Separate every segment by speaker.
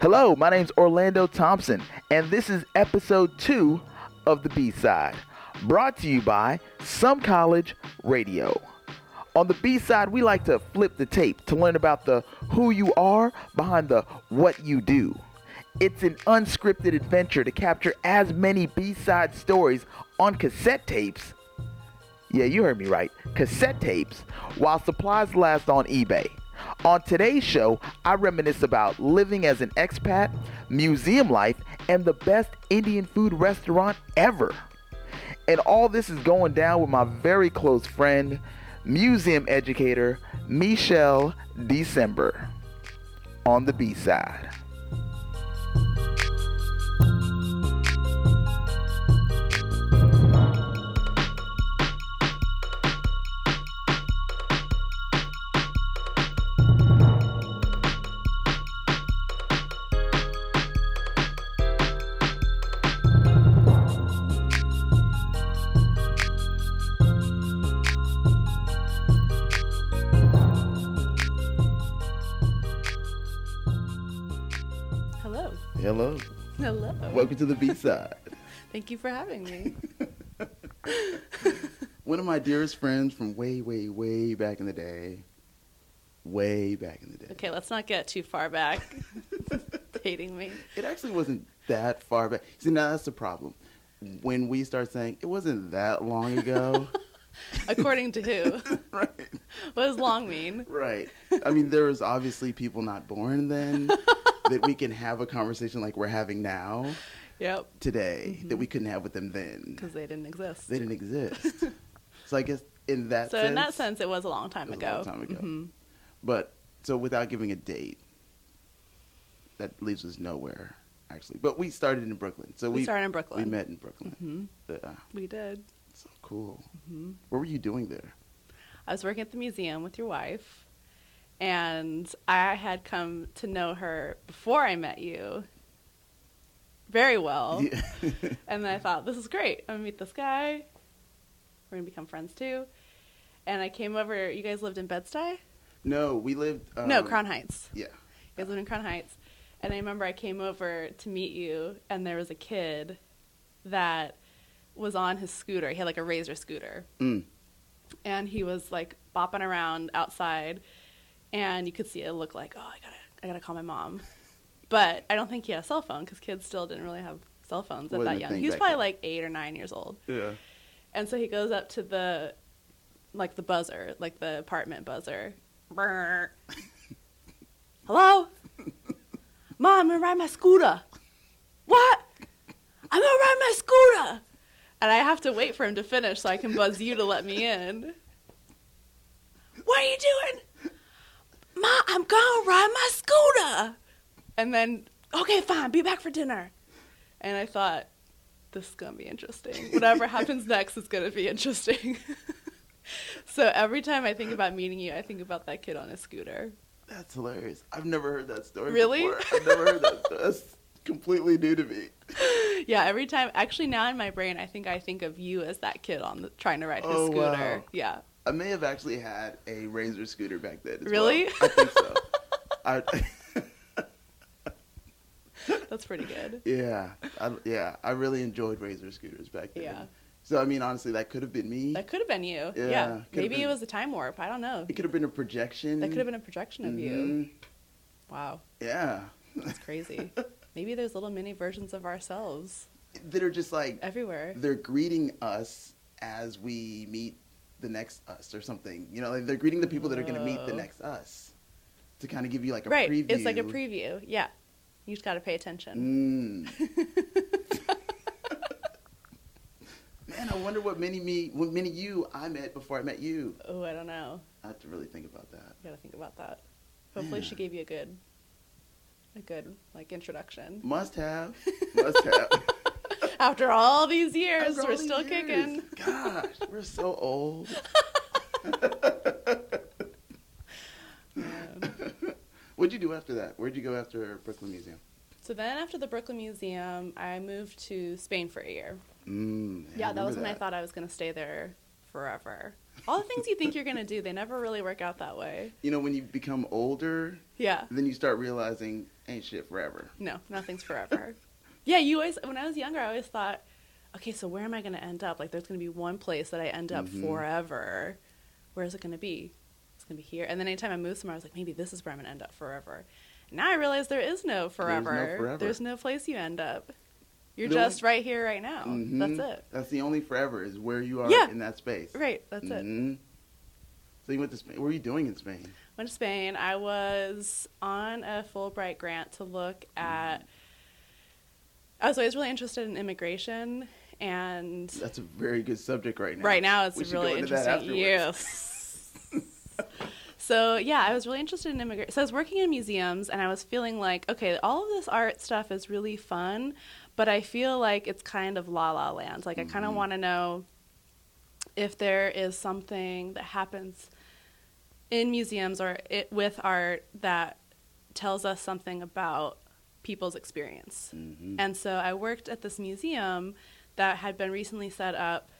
Speaker 1: Hello, my name's Orlando Thompson, and this is episode two of The B Side, brought to you by Some College Radio. On the B side, we like to flip the tape to learn about the who you are behind the what you do. It's an unscripted adventure to capture as many B side stories on cassette tapes. Yeah, you heard me right. Cassette tapes, while supplies last on eBay. On today's show, I reminisce about living as an expat, museum life, and the best Indian food restaurant ever. And all this is going down with my very close friend, museum educator Michelle December on the B side.
Speaker 2: Hello.
Speaker 1: Hello.
Speaker 2: Hello.
Speaker 1: Welcome to the B side.
Speaker 2: Thank you for having me.
Speaker 3: one of my dearest friends from way, way, way back in the day. Way back in the day.
Speaker 2: Okay, let's not get too far back. Hating me.
Speaker 3: It actually wasn't that far back. See, now that's the problem. When we start saying it wasn't that long ago,
Speaker 2: According to who?
Speaker 3: right?
Speaker 2: What does long mean?
Speaker 3: Right. I mean, there was obviously people not born then that we can have a conversation like we're having now
Speaker 2: Yep.
Speaker 3: today
Speaker 2: Mm-hmm.
Speaker 3: that we couldn't have with them then.
Speaker 2: Because they didn't exist.
Speaker 3: They didn't exist. so I guess in that
Speaker 2: so
Speaker 3: sense,
Speaker 2: in that sense, it was a long time
Speaker 3: It was a
Speaker 2: ago.
Speaker 3: long time ago.
Speaker 2: Mhm.
Speaker 3: But so without giving a date, that leaves us nowhere actually. But we started in Brooklyn, so
Speaker 2: We
Speaker 3: we,
Speaker 2: started in Brooklyn.
Speaker 3: We met in Brooklyn. uh,
Speaker 2: Mhm.
Speaker 3: Yeah,
Speaker 2: We did.
Speaker 3: so cool.
Speaker 2: hmm
Speaker 3: What were you doing there?
Speaker 2: I was working at the museum with your wife, and I had come to know her before I met you very well.
Speaker 3: Yeah.
Speaker 2: And then I thought, this is great. I'm gonna meet this guy. We're gonna become friends too. And I came over. You guys lived in Bed Stuy?
Speaker 3: no, we lived. Um,
Speaker 2: no, Crown Heights.
Speaker 3: Yeah,
Speaker 2: You guys lived in Crown Heights. And I remember I came over to meet you, and there was a kid that was on his scooter. He had like a razor scooter,
Speaker 3: Mm.
Speaker 2: and he was like bopping around outside, and you could see it look like, oh, I gotta, I gotta call my mom. But I don't think he had a cell phone because kids still didn't really have cell phones at
Speaker 3: Wasn't a
Speaker 2: that young.
Speaker 3: thing
Speaker 2: He was
Speaker 3: back
Speaker 2: probably
Speaker 3: then.
Speaker 2: like eight or nine years old.
Speaker 3: yeah.
Speaker 2: And so he goes up to the like the buzzer, like the apartment buzzer. Brrr. Hello? Mom, I'm gonna ride my scooter. What? I'm gonna ride my scooter. And I have to wait for him to finish so I can buzz you to let me in. What are you doing? Ma, I'm gonna ride my scooter. And then, okay, fine, be back for dinner. And I thought, this is gonna be interesting. Whatever happens next is gonna be interesting. so every time I think about meeting you, I think about that kid on a scooter.
Speaker 3: That's hilarious. I've never heard that story.
Speaker 2: Really?
Speaker 3: before. I've never heard that. Story. That's completely new to me.
Speaker 2: Yeah, every time. Actually, now in my brain, I think I think of you as that kid on the, trying to ride his
Speaker 3: Oh,
Speaker 2: scooter.
Speaker 3: wow.
Speaker 2: Yeah.
Speaker 3: I may have actually had a razor scooter back then. as
Speaker 2: Really?
Speaker 3: well. I think so. I,
Speaker 2: That's pretty good.
Speaker 3: Yeah, I, yeah, I really enjoyed razor scooters back then.
Speaker 2: Yeah.
Speaker 3: So I mean, honestly, that could have been me.
Speaker 2: That could have been you. Yeah.
Speaker 3: Yeah, could've
Speaker 2: Maybe it
Speaker 3: been.
Speaker 2: was a time warp. I don't know.
Speaker 3: it could have been a projection.
Speaker 2: That could have been a projection of
Speaker 3: Mm-hmm.
Speaker 2: you. Wow.
Speaker 3: Yeah,
Speaker 2: That's crazy. Maybe there's little mini versions of ourselves
Speaker 3: that are just like
Speaker 2: everywhere.
Speaker 3: they're greeting us as we meet the next us or something. You know, like they're greeting the people that are going to meet the
Speaker 2: Whoa.
Speaker 3: next us to kind of give you like a
Speaker 2: right.
Speaker 3: preview.
Speaker 2: It's like a preview. Yeah. You just got to pay
Speaker 3: Mm.
Speaker 2: attention.
Speaker 3: Man, I wonder what many me, what many you I met before I met you.
Speaker 2: Oh, I don't know.
Speaker 3: I have to really think about that.
Speaker 2: You gotta think about that. Hopefully, she gave you a good, a good like introduction.
Speaker 3: Must have. Must have.
Speaker 2: After all these years,
Speaker 3: After all
Speaker 2: we're
Speaker 3: these
Speaker 2: still
Speaker 3: years.
Speaker 2: kicking.
Speaker 3: Gosh, we're so old.
Speaker 2: Um,
Speaker 3: What'd you do after that? Where'd you go after Brooklyn Museum?
Speaker 2: So then, after the Brooklyn Museum, I moved to Spain for a year.
Speaker 3: Mm,
Speaker 2: Yeah, that was when I thought I was gonna stay there forever. All the things you think you're gonna do, they never really work out that way.
Speaker 3: You know, when you become older,
Speaker 2: Yeah.
Speaker 3: then you start realizing ain't shit forever.
Speaker 2: No, nothing's forever. yeah, you always. When I was younger, I always thought, okay, so where am I gonna end up? Like, there's gonna be one place that I end up
Speaker 3: Mhm.
Speaker 2: forever. Where is it gonna be? It's gonna be here. And then anytime I moved somewhere, I was like, maybe this is where I'm gonna end up forever. Now I realize there is no forever.
Speaker 3: forever.
Speaker 2: There's no place you end up. You're
Speaker 3: The
Speaker 2: just right here, right now.
Speaker 3: Mhm.
Speaker 2: That's it.
Speaker 3: That's the only forever is where you are
Speaker 2: Yeah.
Speaker 3: in that space.
Speaker 2: Right. That's it.
Speaker 3: Mhm. So you went to Spain. What were you doing in Spain?
Speaker 2: went to Spain. I was on a Fulbright grant to look at. I was always really interested in immigration, and
Speaker 3: That's a very good subject right now.
Speaker 2: right now it's
Speaker 3: We
Speaker 2: a
Speaker 3: should go
Speaker 2: really
Speaker 3: into that
Speaker 2: interesting.
Speaker 3: afterwards.
Speaker 2: Yes. so yeah, I was really interested in immigration. So I was working in museums, and I was feeling like, okay, all of this art stuff is really fun, but I feel like it's kind of la la land. Like I
Speaker 3: Mm-hmm.
Speaker 2: kind of want to know if there is something that happens in museums or it, with art that tells us something about people's experience.
Speaker 3: Mm-hmm.
Speaker 2: And so I worked at this museum that had been recently set up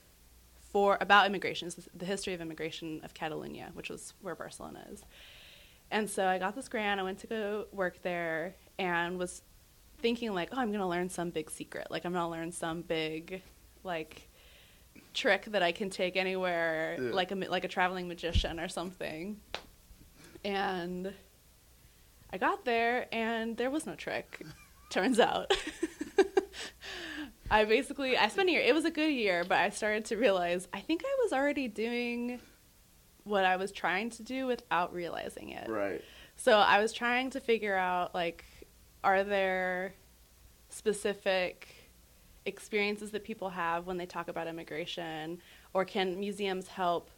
Speaker 2: for about immigration, It's the history of immigration of Catalonia, which was where Barcelona is. And so I got this grant. I went to go work there and was thinking like, oh, I'm gonna learn some big secret. Like I'm gonna learn some big, like, trick that I can take anywhere,
Speaker 3: Yeah.
Speaker 2: like a ma- like a traveling magician or something. And I got there and there was no trick. Turns out. I basically I spent a year. It was a good year, but I started to realize I think I was already doing what I was trying to do without realizing it.
Speaker 3: Right.
Speaker 2: So I was trying to figure out like are there specific experiences that people have when they talk about immigration or can museums help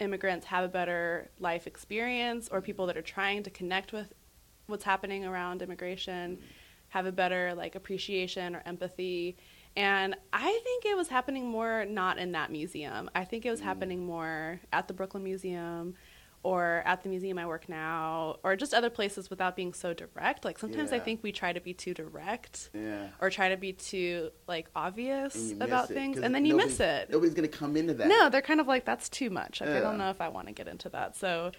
Speaker 2: immigrants have a better life experience or people that are trying to connect with what's happening around immigration have a better like appreciation or empathy and i think it was happening more not in that museum i think it was happening more at the brooklyn museum or at the museum i work now or just other places without being so direct like sometimes i
Speaker 3: Yeah.
Speaker 2: think we try to be too direct
Speaker 3: Yeah.
Speaker 2: or try to be too like
Speaker 3: And
Speaker 2: obvious
Speaker 3: you miss
Speaker 2: about
Speaker 3: it,
Speaker 2: things
Speaker 3: 'cause
Speaker 2: and then you
Speaker 3: nobody-
Speaker 2: miss it
Speaker 3: Nobody's gonna come into that.
Speaker 2: no they're kind of like that's too much like, i
Speaker 3: Yeah.
Speaker 2: don't know if i want to get into that so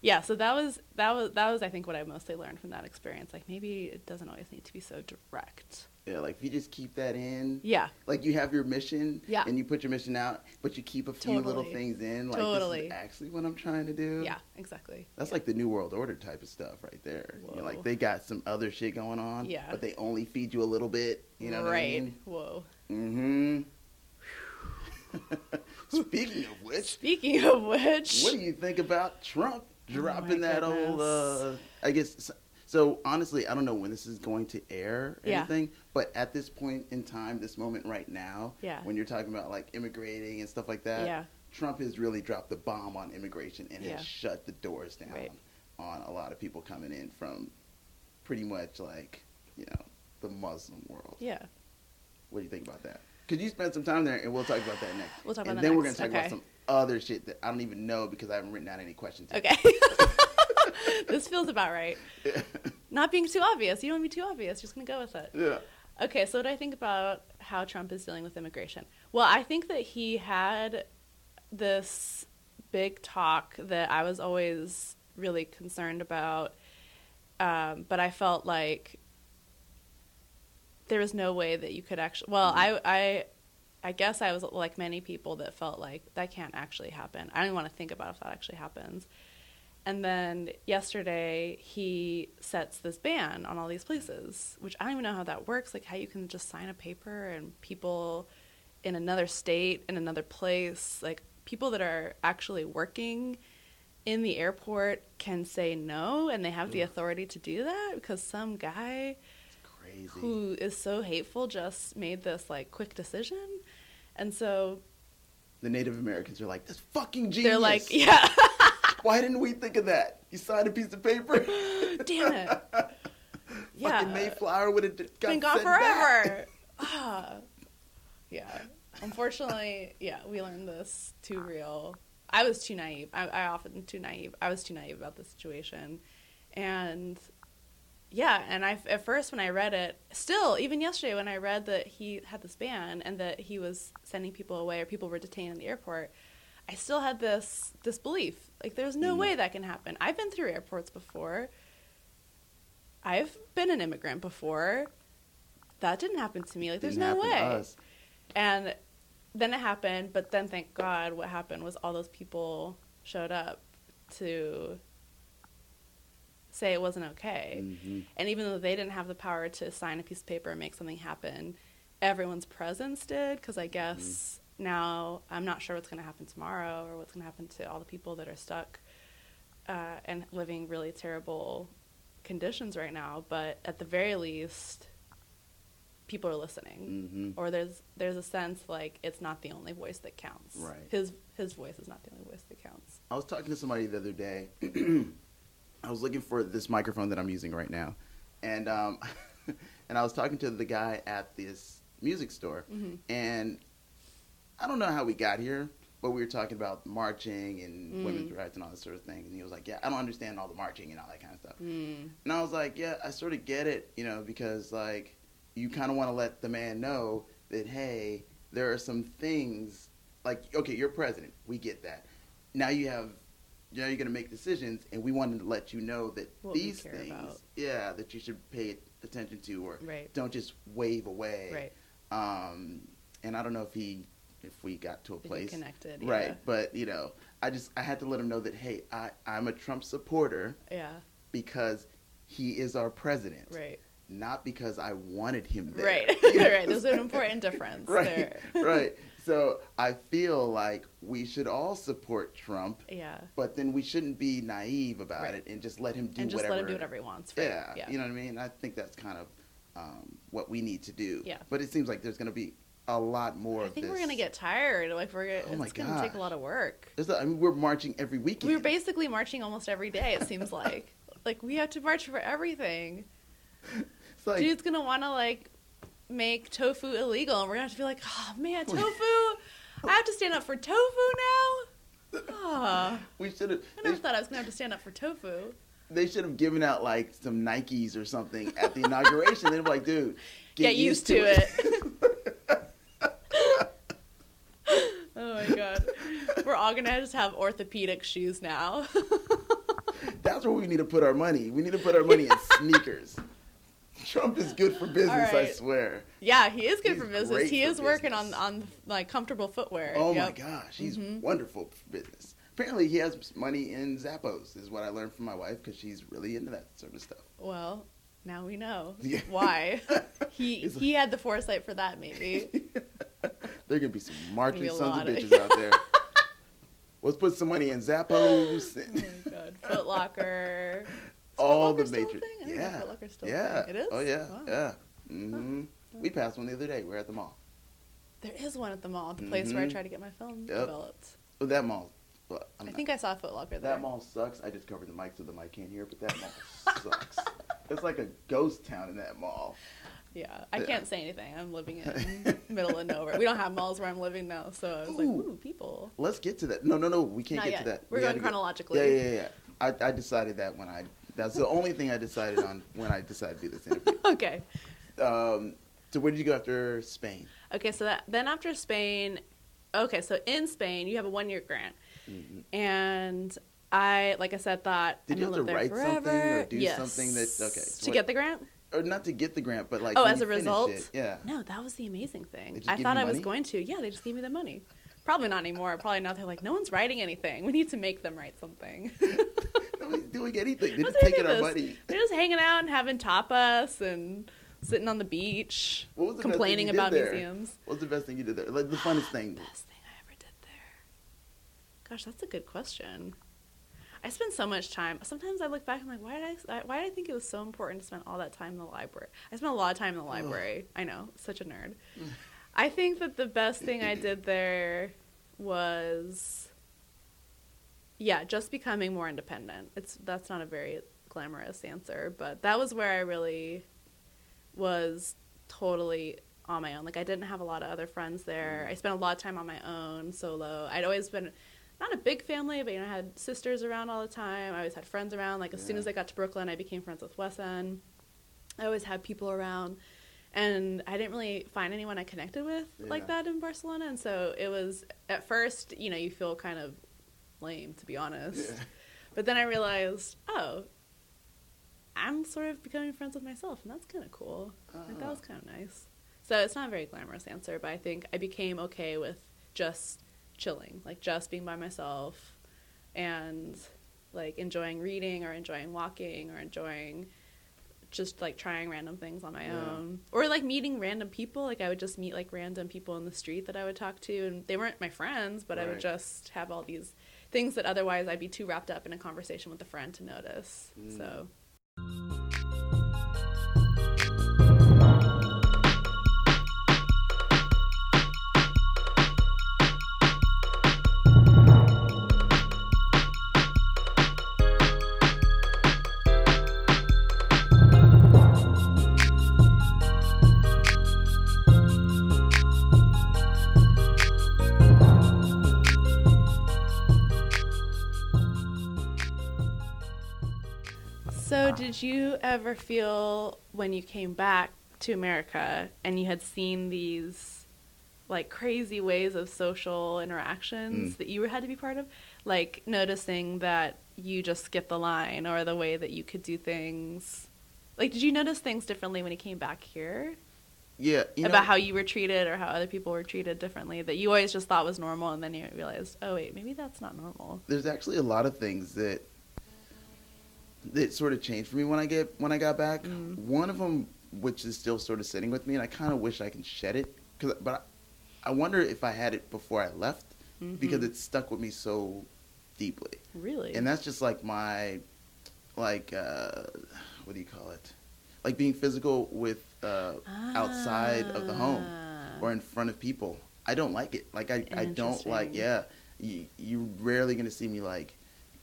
Speaker 2: yeah so that was that was that was i think what i mostly learned from that experience like maybe it doesn't always need to be so direct
Speaker 3: Yeah, like if you just keep that in.
Speaker 2: yeah
Speaker 3: Like you have your mission.
Speaker 2: Yeah.
Speaker 3: And you put your mission out, but you keep a few little
Speaker 2: Totally.
Speaker 3: things in. Like this
Speaker 2: Totally.
Speaker 3: is actually what I'm trying to do.
Speaker 2: yeah
Speaker 3: Mm.
Speaker 2: exactly
Speaker 3: That's
Speaker 2: Yeah.
Speaker 3: like the New World Order type of stuff right there. You know, like
Speaker 2: Whoa.
Speaker 3: they got some other shit going on.
Speaker 2: Yeah.
Speaker 3: But they only feed you a little bit. You know
Speaker 2: right whoa
Speaker 3: what I mean? Mm-hmm. Speaking of which,
Speaker 2: speaking of which
Speaker 3: what do you think about Trump dropping
Speaker 2: Oh my
Speaker 3: that old? Uh,
Speaker 2: goodness.
Speaker 3: I guess. So, so honestly, I don't know when this is going to air or
Speaker 2: Yeah.
Speaker 3: anything. But at this point in time, this moment right now,
Speaker 2: Yeah.
Speaker 3: when you're talking about like immigrating and stuff like that,
Speaker 2: Yeah.
Speaker 3: Trump has really dropped the bomb on immigration and
Speaker 2: Yeah.
Speaker 3: has shut the doors down
Speaker 2: Right.
Speaker 3: on a lot of people coming in from pretty much like you know the Muslim world.
Speaker 2: yeah
Speaker 3: What do you think about that? Because you spent some time there, and we'll talk about that next.
Speaker 2: We'll talk
Speaker 3: and
Speaker 2: about that
Speaker 3: then we're
Speaker 2: next.
Speaker 3: gonna talk about
Speaker 2: Okay.
Speaker 3: some other shit that I don't even know because I haven't written down any questions. yet.
Speaker 2: okay this feels about right not being too obvious you don't want to be too obvious just gonna go with it
Speaker 3: Yeah.
Speaker 2: Okay, so what do I think about how Trump is dealing with immigration? Well, I think that he had this big talk that I was always really concerned about, um, but I felt like there was no way that you could actually. Well, I, I, I guess I was like many people that felt like that can't actually happen. I don't even want to think about if that actually happens. And then yesterday, he sets this ban on all these places, which I don't even know how that works. Like, how you can just sign a paper and people in another state, in another place, like people that are actually working in the airport can say no and they have the authority to do that because some guy
Speaker 3: Crazy.
Speaker 2: who is so hateful just made this like quick decision. And so
Speaker 3: The Native Americans are like, that's fucking genius.
Speaker 2: they're like, yeah.
Speaker 3: Why didn't we think of that? You signed a piece of paper.
Speaker 2: Damn it.
Speaker 3: Fucking Mayflower would have got
Speaker 2: been gone
Speaker 3: sent back.
Speaker 2: forever. Ah. yeah. Unfortunately, yeah, we learned this too real. I was too naive. I, I often too naive. I was too naive about the situation, and yeah, and I at first when I read it, still even yesterday when I read that he had this ban and that he was sending people away or people were detained in the airport, I still had this this belief. Like there's
Speaker 3: Mm-hmm.
Speaker 2: no way that can happen. I've been through airports before. I've been an immigrant before. That didn't happen to me. Like there's
Speaker 3: Didn't
Speaker 2: no
Speaker 3: happen to
Speaker 2: way.
Speaker 3: us.
Speaker 2: And then it happened, but then thank God what happened was all those people showed up to say it wasn't okay.
Speaker 3: Mhm.
Speaker 2: And even though they didn't have the power to sign a piece of paper and make something happen, everyone's presence did because I guess now I'm not sure what's going to happen tomorrow or what's going to happen to all the people that are stuck uh, and living really terrible conditions right now. But at the very least, people are listening,
Speaker 3: Mhm.
Speaker 2: or there's there's a sense like it's not the only voice that counts.
Speaker 3: Right.
Speaker 2: His his voice is not the only voice that counts.
Speaker 3: I was talking to somebody the other day. I was looking for this microphone that I'm using right now, and um, and I was talking to the guy at this music store, and I don't know how we got here, but we were talking about marching and
Speaker 2: Mm.
Speaker 3: women's rights and all this sort of thing, and he was like, "Yeah, I don't understand all the marching and all that kind of stuff."
Speaker 2: Mm.
Speaker 3: And I was like, yeah, I sort of get it, you know, because like you kind of want to let the man know that hey, there are some things like okay, you're president, we get that. Now you have now you're going to make decisions, and we wanted to let you know that
Speaker 2: What we
Speaker 3: these
Speaker 2: care
Speaker 3: things,
Speaker 2: about.
Speaker 3: yeah, that you should pay attention to, or
Speaker 2: Right.
Speaker 3: don't just wave away.
Speaker 2: Right.
Speaker 3: Um, and I don't know if he, if we got to a
Speaker 2: you
Speaker 3: place
Speaker 2: connected,
Speaker 3: right?
Speaker 2: yeah.
Speaker 3: But you know, I just I had to let him know that hey, I I'm a Trump supporter
Speaker 2: Yeah.
Speaker 3: because he is our president,
Speaker 2: Right.
Speaker 3: Not because I wanted him there,
Speaker 2: Right. right. There's an important difference
Speaker 3: right,
Speaker 2: there.
Speaker 3: right. So I feel like we should all support Trump,
Speaker 2: Yeah.
Speaker 3: but then we shouldn't be naive about
Speaker 2: Right.
Speaker 3: it and just let him do
Speaker 2: and just
Speaker 3: whatever.
Speaker 2: let him do whatever he wants. Right?
Speaker 3: Yeah,
Speaker 2: Yeah.
Speaker 3: you know what I mean. I think that's kind of um, what we need to do.
Speaker 2: Yeah.
Speaker 3: But it seems like there's going to be a lot more.
Speaker 2: I
Speaker 3: of
Speaker 2: think we're
Speaker 3: this.
Speaker 2: gonna get tired. Like we're gonna,
Speaker 3: Oh my
Speaker 2: it's gonna take a
Speaker 3: gosh.
Speaker 2: lot of work.
Speaker 3: There's a, I mean, we're marching every weekend.
Speaker 2: We were basically marching almost every day. It seems like like we have to march for everything.
Speaker 3: It's like,
Speaker 2: Dude's gonna want to like make tofu illegal, and we're gonna have to be like, oh man, tofu. I have to stand up for tofu now. Ah,
Speaker 3: we should have.
Speaker 2: I never thought I was gonna have to stand up for tofu.
Speaker 3: They should have given out like some Nikes or something at the inauguration. They'd be like, dude,
Speaker 2: Get, used, to it. oh my god, we're all gonna just have orthopedic shoes now.
Speaker 3: That's where we need to put our money. We need to put our money in sneakers. Trump is good for business, I
Speaker 2: right.
Speaker 3: swear.
Speaker 2: Yeah, he is good
Speaker 3: He's
Speaker 2: for
Speaker 3: great
Speaker 2: business. He
Speaker 3: for
Speaker 2: is working
Speaker 3: business.
Speaker 2: on on like comfortable footwear.
Speaker 3: Oh my
Speaker 2: Yep. Mm-hmm.
Speaker 3: gosh, he's wonderful for business. Apparently, he has money in Zappos, is what I learned from my wife because she's really into that sort of stuff.
Speaker 2: Well, now we know
Speaker 3: Yeah.
Speaker 2: why he
Speaker 3: He's
Speaker 2: he had the foresight for that. Maybe
Speaker 3: There gonna be some marching
Speaker 2: be a
Speaker 3: sons of
Speaker 2: lot of-
Speaker 3: bitches out there. Let's put some money in Zappos.
Speaker 2: oh my god, Foot Locker.
Speaker 3: all
Speaker 2: Foot
Speaker 3: the
Speaker 2: Locker's still a
Speaker 3: matrix.
Speaker 2: thing? I didn't know
Speaker 3: Yeah,
Speaker 2: Foot Locker's still a
Speaker 3: yeah.
Speaker 2: thing. It is?
Speaker 3: Oh yeah,
Speaker 2: Wow.
Speaker 3: yeah. hmm We passed one the other day. We are at the mall.
Speaker 2: There is one at the mall, the place where I
Speaker 3: Mhm.
Speaker 2: try to get my film
Speaker 3: Yep.
Speaker 2: developed.
Speaker 3: Oh, that mall. Well, I'm
Speaker 2: I
Speaker 3: not-
Speaker 2: think I saw Foot Locker there.
Speaker 3: that mall sucks. I just covered the mic so the mic can't hear, but that mall sucks. It's like a ghost town in that mall.
Speaker 2: Yeah, I
Speaker 3: Yeah.
Speaker 2: can't say anything. I'm living in middle of nowhere. We don't have malls where I'm living now, so I was like,
Speaker 3: Ooh.
Speaker 2: ooh, people.
Speaker 3: Let's get to that. No, no, no. We can't
Speaker 2: Not
Speaker 3: get
Speaker 2: yet.
Speaker 3: to that.
Speaker 2: We're
Speaker 3: We
Speaker 2: going
Speaker 3: gotta get-
Speaker 2: chronologically.
Speaker 3: Yeah, yeah, yeah. I, I decided that when I. That's the only thing I decided on when I decided to do this interview.
Speaker 2: Okay.
Speaker 3: Um, so where did you go after Spain?
Speaker 2: Okay, so that then after Spain, okay, so in Spain you have a one year grant, Mm-hmm. and I, like I said, thought
Speaker 3: Did
Speaker 2: I'm
Speaker 3: you
Speaker 2: gonna
Speaker 3: have to
Speaker 2: live there
Speaker 3: write something or
Speaker 2: forever.
Speaker 3: do
Speaker 2: Yes.
Speaker 3: something that- okay, so
Speaker 2: to
Speaker 3: what-
Speaker 2: get the grant?
Speaker 3: Or not to get the grant, but like.
Speaker 2: oh,
Speaker 3: when
Speaker 2: as
Speaker 3: you
Speaker 2: a
Speaker 3: finish
Speaker 2: result,
Speaker 3: it. Yeah.
Speaker 2: No, that was the amazing
Speaker 3: They
Speaker 2: thing.
Speaker 3: just
Speaker 2: I
Speaker 3: give
Speaker 2: thought
Speaker 3: you
Speaker 2: I was
Speaker 3: money?
Speaker 2: going to. Yeah, they just gave me the money. Probably not anymore. Probably now they're like, no one's writing anything. We need to make them write something.
Speaker 3: Nobody's doing anything. They're
Speaker 2: How's
Speaker 3: just
Speaker 2: they do
Speaker 3: taking our
Speaker 2: this?
Speaker 3: money.
Speaker 2: They're just hanging out and having tapas and sitting on the beach,
Speaker 3: What was the best thing
Speaker 2: complaining
Speaker 3: you did
Speaker 2: about
Speaker 3: there?
Speaker 2: museums.
Speaker 3: What's the best thing you did there? Like the funnest thing.
Speaker 2: Best thing I ever did there. Gosh, that's a good question. I spend so much time. Sometimes I look back and I'm like, why did I? Why did I think it was so important to spend all that time in the library? I spent a lot of time in the library. I know, such a nerd. I think that the best thing I did there was, yeah, just becoming more independent. It's that's not a very glamorous answer, but that was where I really was totally on my own. Like I didn't have a lot of other friends
Speaker 3: Mm-hmm.
Speaker 2: there. I spent a lot of time on my own, solo. I'd always been not a big family, but you know, I had sisters around all the time. I always had friends around. Like as soon
Speaker 3: Yeah.
Speaker 2: as I got to Brooklyn, I became friends with Wes End. I always had people around. and I didn't really find anyone I connected with like
Speaker 3: Yeah.
Speaker 2: that in Barcelona. And so it was at first, you know, you feel kind of lame to be honest.
Speaker 3: Yeah.
Speaker 2: But then I realized, oh, I'm sort of becoming friends with myself, and that's kind of cool. Like, that
Speaker 3: Ah.
Speaker 2: was kind of nice. So it's not a very glamorous answer, but I think I became okay with just chilling, like just being by myself and like enjoying reading or enjoying walking or enjoying just like trying random things on my
Speaker 3: Yeah.
Speaker 2: own or like meeting random people like i would just meet like random people in the street that i would talk to and they weren't my friends but i would
Speaker 3: Right.
Speaker 2: just have all these things that otherwise i'd be too wrapped up in a conversation with a friend to notice
Speaker 3: Mm.
Speaker 2: so So,
Speaker 3: Ah.
Speaker 2: did you ever feel when you came back to America and you had seen these like crazy ways of social
Speaker 3: Mm.
Speaker 2: interactions that you had to be part of? Like noticing that you just skip the line or the way that you could do things? Like, did you notice things differently when you came back here
Speaker 3: Yeah. You
Speaker 2: about
Speaker 3: know,
Speaker 2: how you were treated or how other people were treated differently that you always just thought was normal and then you realized, oh, wait, maybe that's not normal?
Speaker 3: there's actually a lot of things that that sort of changed for me when I get when I got back.
Speaker 2: Mm.
Speaker 3: One of them, which is still sort of sitting with me, and I kind of wish I can shed it, 'cause- but I, I wonder if I had it before I left because
Speaker 2: Mhm.
Speaker 3: it stuck with me so deeply.
Speaker 2: really?
Speaker 3: And that's just like my, like, uh, what do you call it? Like being physical with uh, outside of the home
Speaker 2: Ah.
Speaker 3: or in front of people. I don't like it. Like I, I don't like.
Speaker 2: Interesting.
Speaker 3: Yeah, you you rarely gonna see me like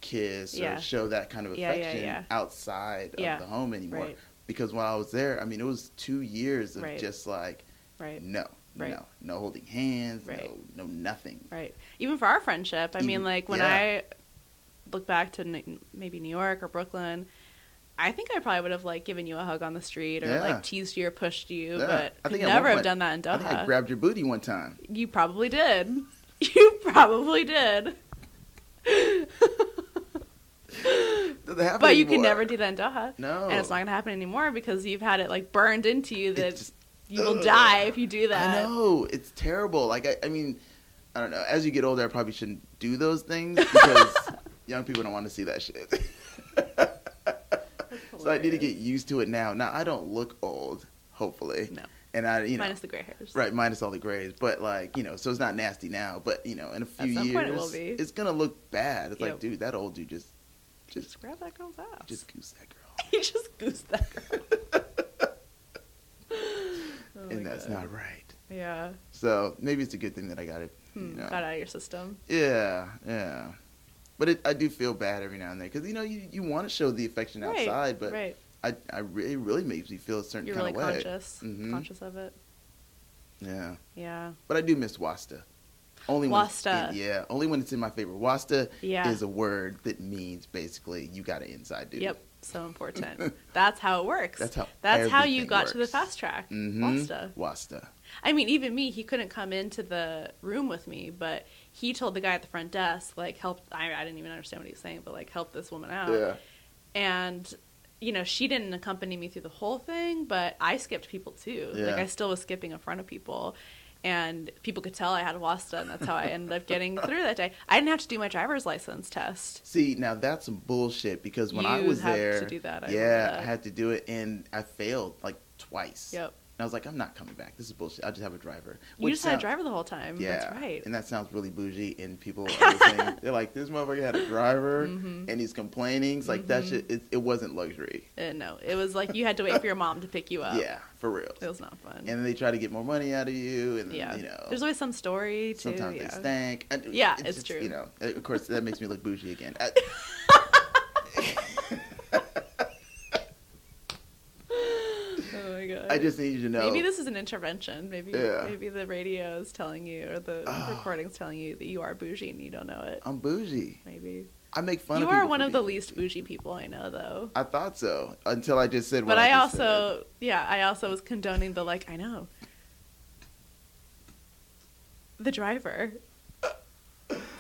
Speaker 3: kiss
Speaker 2: Yeah.
Speaker 3: or show that kind of
Speaker 2: Yeah, yeah,
Speaker 3: affection
Speaker 2: yeah.
Speaker 3: outside
Speaker 2: Yeah.
Speaker 3: of the home anymore.
Speaker 2: Right.
Speaker 3: Because while I was there, I mean, it was two years of
Speaker 2: Right.
Speaker 3: just like
Speaker 2: Right.
Speaker 3: no,
Speaker 2: Right.
Speaker 3: no, no holding hands,
Speaker 2: Right.
Speaker 3: no, no nothing.
Speaker 2: Right. Even for our friendship, I mean,
Speaker 3: Even-
Speaker 2: like when
Speaker 3: yeah.
Speaker 2: I look back to n- maybe New York or Brooklyn, I think I probably would have like given you a hug on the street or
Speaker 3: Yeah.
Speaker 2: like teased you or pushed you,
Speaker 3: Yeah.
Speaker 2: but
Speaker 3: I
Speaker 2: I
Speaker 3: think
Speaker 2: could
Speaker 3: at one
Speaker 2: never have
Speaker 3: point-
Speaker 2: done that in
Speaker 3: I think I
Speaker 2: Doha.
Speaker 3: grabbed your booty one time.
Speaker 2: you probably did. You probably did.
Speaker 3: Doesn't happen
Speaker 2: But you could
Speaker 3: anymore.
Speaker 2: never do that in Doha.
Speaker 3: No.
Speaker 2: And it's not going to happen anymore because you've had it like burned into you that
Speaker 3: just-
Speaker 2: you will
Speaker 3: Ugh.
Speaker 2: die if you do that.
Speaker 3: I know it's terrible. Like I, I mean, I don't know. As you get older, I probably shouldn't do those things because young people don't want to see that shit. so I need to get used to it now. Now I don't look old, hopefully.
Speaker 2: No.
Speaker 3: And I, you know,
Speaker 2: Minus the gray hairs.
Speaker 3: right, minus all the grays, but like you know, so it's not nasty now. But you know, in a few
Speaker 2: some
Speaker 3: years,
Speaker 2: point it will be.
Speaker 3: it's gonna look bad. It's
Speaker 2: Yep.
Speaker 3: like, dude, that old dude just, just,
Speaker 2: Just grab that girl's ass.
Speaker 3: just goose that girl,
Speaker 2: he just goosed that girl. Oh my
Speaker 3: and that's
Speaker 2: God.
Speaker 3: not right.
Speaker 2: Yeah.
Speaker 3: So maybe it's a good thing that I got it.
Speaker 2: Hmm,
Speaker 3: You know.
Speaker 2: Got out of your system.
Speaker 3: Yeah, yeah. But it, I do feel bad every now and then because you know you, you want to show the affection
Speaker 2: Right,
Speaker 3: outside, but
Speaker 2: right.
Speaker 3: I I re- it really makes me feel a certain
Speaker 2: You're really
Speaker 3: kind of way.
Speaker 2: conscious,
Speaker 3: Mhm.
Speaker 2: conscious of it.
Speaker 3: Yeah,
Speaker 2: Yeah.
Speaker 3: but I do miss Wasta. Only
Speaker 2: Wasta.
Speaker 3: When, yeah, only when it's in my favor. Wasta
Speaker 2: Yeah.
Speaker 3: is a word that means basically you got an inside dude.
Speaker 2: Yep. So important. That's how it works.
Speaker 3: That's how
Speaker 2: That's how you
Speaker 3: everything
Speaker 2: got to the
Speaker 3: works.
Speaker 2: fast track.
Speaker 3: Mm-hmm.
Speaker 2: Wasta.
Speaker 3: Wasta.
Speaker 2: I mean, even me, he couldn't come into the room with me, but he told the guy at the front desk, like, help. I, I didn't even understand what he was saying, but like, help this woman out.
Speaker 3: Yeah.
Speaker 2: and you know she didn't accompany me through the whole thing but i skipped people too
Speaker 3: Yeah.
Speaker 2: like i still was skipping in front of people and people could tell i had wasta and that's how i ended up getting through that day i didn't have to do my driver's license test
Speaker 3: See, now that's some bullshit because when I
Speaker 2: You
Speaker 3: was
Speaker 2: have to
Speaker 3: there,
Speaker 2: do that, I
Speaker 3: yeah,
Speaker 2: remember that.
Speaker 3: I had to do it and I failed like twice.
Speaker 2: yep
Speaker 3: And I was like, I'm not coming back. This is bullshit. I'll just have a driver.
Speaker 2: you
Speaker 3: Which
Speaker 2: just had a
Speaker 3: sound-
Speaker 2: driver the whole time
Speaker 3: Yeah.
Speaker 2: that's right
Speaker 3: And that sounds really bougie. And people are saying, they're like, this motherfucker had a driver
Speaker 2: Mhm.
Speaker 3: and he's complaining. It's like, that
Speaker 2: Mhm.
Speaker 3: shit, it, it wasn't luxury.
Speaker 2: Uh, no it was like you had to wait for your mom to pick you up
Speaker 3: Yeah, for real.
Speaker 2: it was not fun
Speaker 3: And then they try to get more money out of you. And then,
Speaker 2: yeah
Speaker 3: you know,
Speaker 2: there's always some story too
Speaker 3: sometimes
Speaker 2: yeah.
Speaker 3: they stank. I-
Speaker 2: Yeah, it's
Speaker 3: just,
Speaker 2: true.
Speaker 3: You know, uh, of course, that makes me look bougie again. I,
Speaker 2: oh my god
Speaker 3: I just need you to know.
Speaker 2: Maybe this is an intervention. Maybe
Speaker 3: Yeah.
Speaker 2: maybe the radio is telling you or the
Speaker 3: Ah.
Speaker 2: recording's telling you that you are bougie and you don't know it.
Speaker 3: I'm bougie.
Speaker 2: Maybe
Speaker 3: I make fun
Speaker 2: you
Speaker 3: of
Speaker 2: are
Speaker 3: people
Speaker 2: one
Speaker 3: for
Speaker 2: of the
Speaker 3: being-
Speaker 2: least bougie people I know, though.
Speaker 3: I thought so until I just said.
Speaker 2: But
Speaker 3: what
Speaker 2: I
Speaker 3: just said.
Speaker 2: also, yeah, I also was condoning the like. I know. The driver.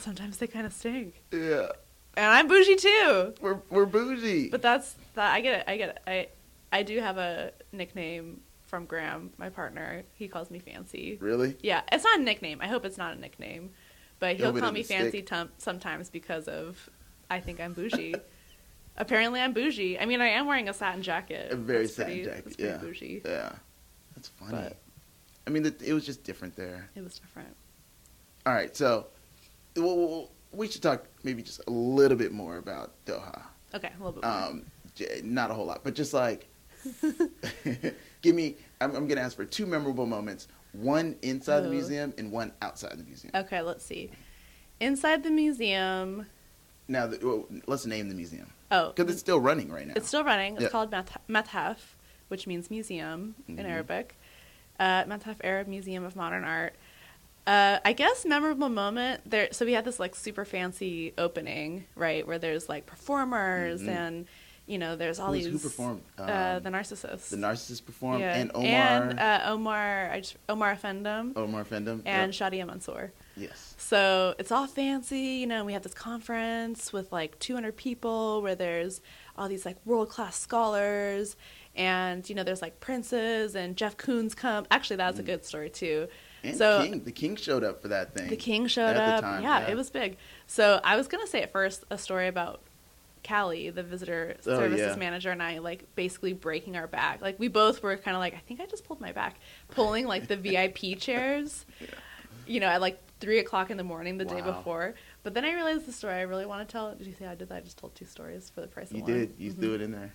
Speaker 2: Sometimes they kind of stink,
Speaker 3: Yeah,
Speaker 2: and I'm bougie too.
Speaker 3: we're we're bougie.
Speaker 2: But that's that. I get it. I get it. I I do have a nickname from Graham, my partner. He calls me Fancy.
Speaker 3: really?
Speaker 2: Yeah, it's not a nickname. I hope it's not a nickname, but he'll
Speaker 3: hope it
Speaker 2: call me
Speaker 3: doesn't
Speaker 2: Fancy
Speaker 3: stick.
Speaker 2: tum- sometimes because of I think I'm bougie. Apparently, I'm bougie. I mean, I am wearing a satin jacket.
Speaker 3: A very
Speaker 2: That's
Speaker 3: satin
Speaker 2: pretty-
Speaker 3: jacket,
Speaker 2: that's pretty
Speaker 3: yeah.
Speaker 2: bougie.
Speaker 3: Yeah, that's funny.
Speaker 2: But-
Speaker 3: I mean, it, it was just different there.
Speaker 2: It was different.
Speaker 3: All right, so well, well, we should talk maybe just a little bit more about Doha.
Speaker 2: Okay, a little bit. more.
Speaker 3: Um, j- not a whole lot, but just like give me. I'm, I'm gonna ask for two memorable moments: one inside the
Speaker 2: Oh.
Speaker 3: museum and one outside the museum.
Speaker 2: okay, let's see. Inside the museum.
Speaker 3: Now, the, well, let's name the museum
Speaker 2: Oh,
Speaker 3: because it's still running right now.
Speaker 2: It's still running. It's
Speaker 3: Yeah.
Speaker 2: called Math- Mathaf, which means museum in
Speaker 3: Mhm.
Speaker 2: Arabic. Uh, Mathaf Arab Museum of Modern Art. Uh, I guess memorable moment there. So we had this like super fancy opening, right, where there's like performers
Speaker 3: Mhm.
Speaker 2: and you know there's all
Speaker 3: Who's-
Speaker 2: these
Speaker 3: who performed?
Speaker 2: uh,
Speaker 3: Um,
Speaker 2: the narcissist.
Speaker 3: the narcissist performed
Speaker 2: Yeah.
Speaker 3: and Omar, Oh,
Speaker 2: and uh, Omar, I just, Omar Effendim,
Speaker 3: Omar Fendam.
Speaker 2: and
Speaker 3: Yep.
Speaker 2: Shadia Mansour.
Speaker 3: yes,
Speaker 2: So it's all fancy, you know. and We have this conference with like 200 people where there's all these like world class scholars, and you know there's like princes and Jeff Koons come. Actually, that's a good story too.
Speaker 3: and
Speaker 2: so
Speaker 3: King. The King showed up for that thing.
Speaker 2: the king
Speaker 3: at
Speaker 2: showed
Speaker 3: the
Speaker 2: up.
Speaker 3: time,
Speaker 2: yeah,
Speaker 3: yeah.
Speaker 2: it was big. So I was gonna say at first a story about Callie, the visitor
Speaker 3: Oh,
Speaker 2: services
Speaker 3: yeah.
Speaker 2: manager, and I like basically breaking our back. Like we both were kind of like, I think I just pulled my back, pulling like the VIP chairs. You know, at like three o'clock in the morning the day
Speaker 3: Wow.
Speaker 2: before. But then I realized the story I really want to tell. Did you see how I did that? I just told two stories for the price of
Speaker 3: You
Speaker 2: one. Mm-hmm.
Speaker 3: did. You threw it in there.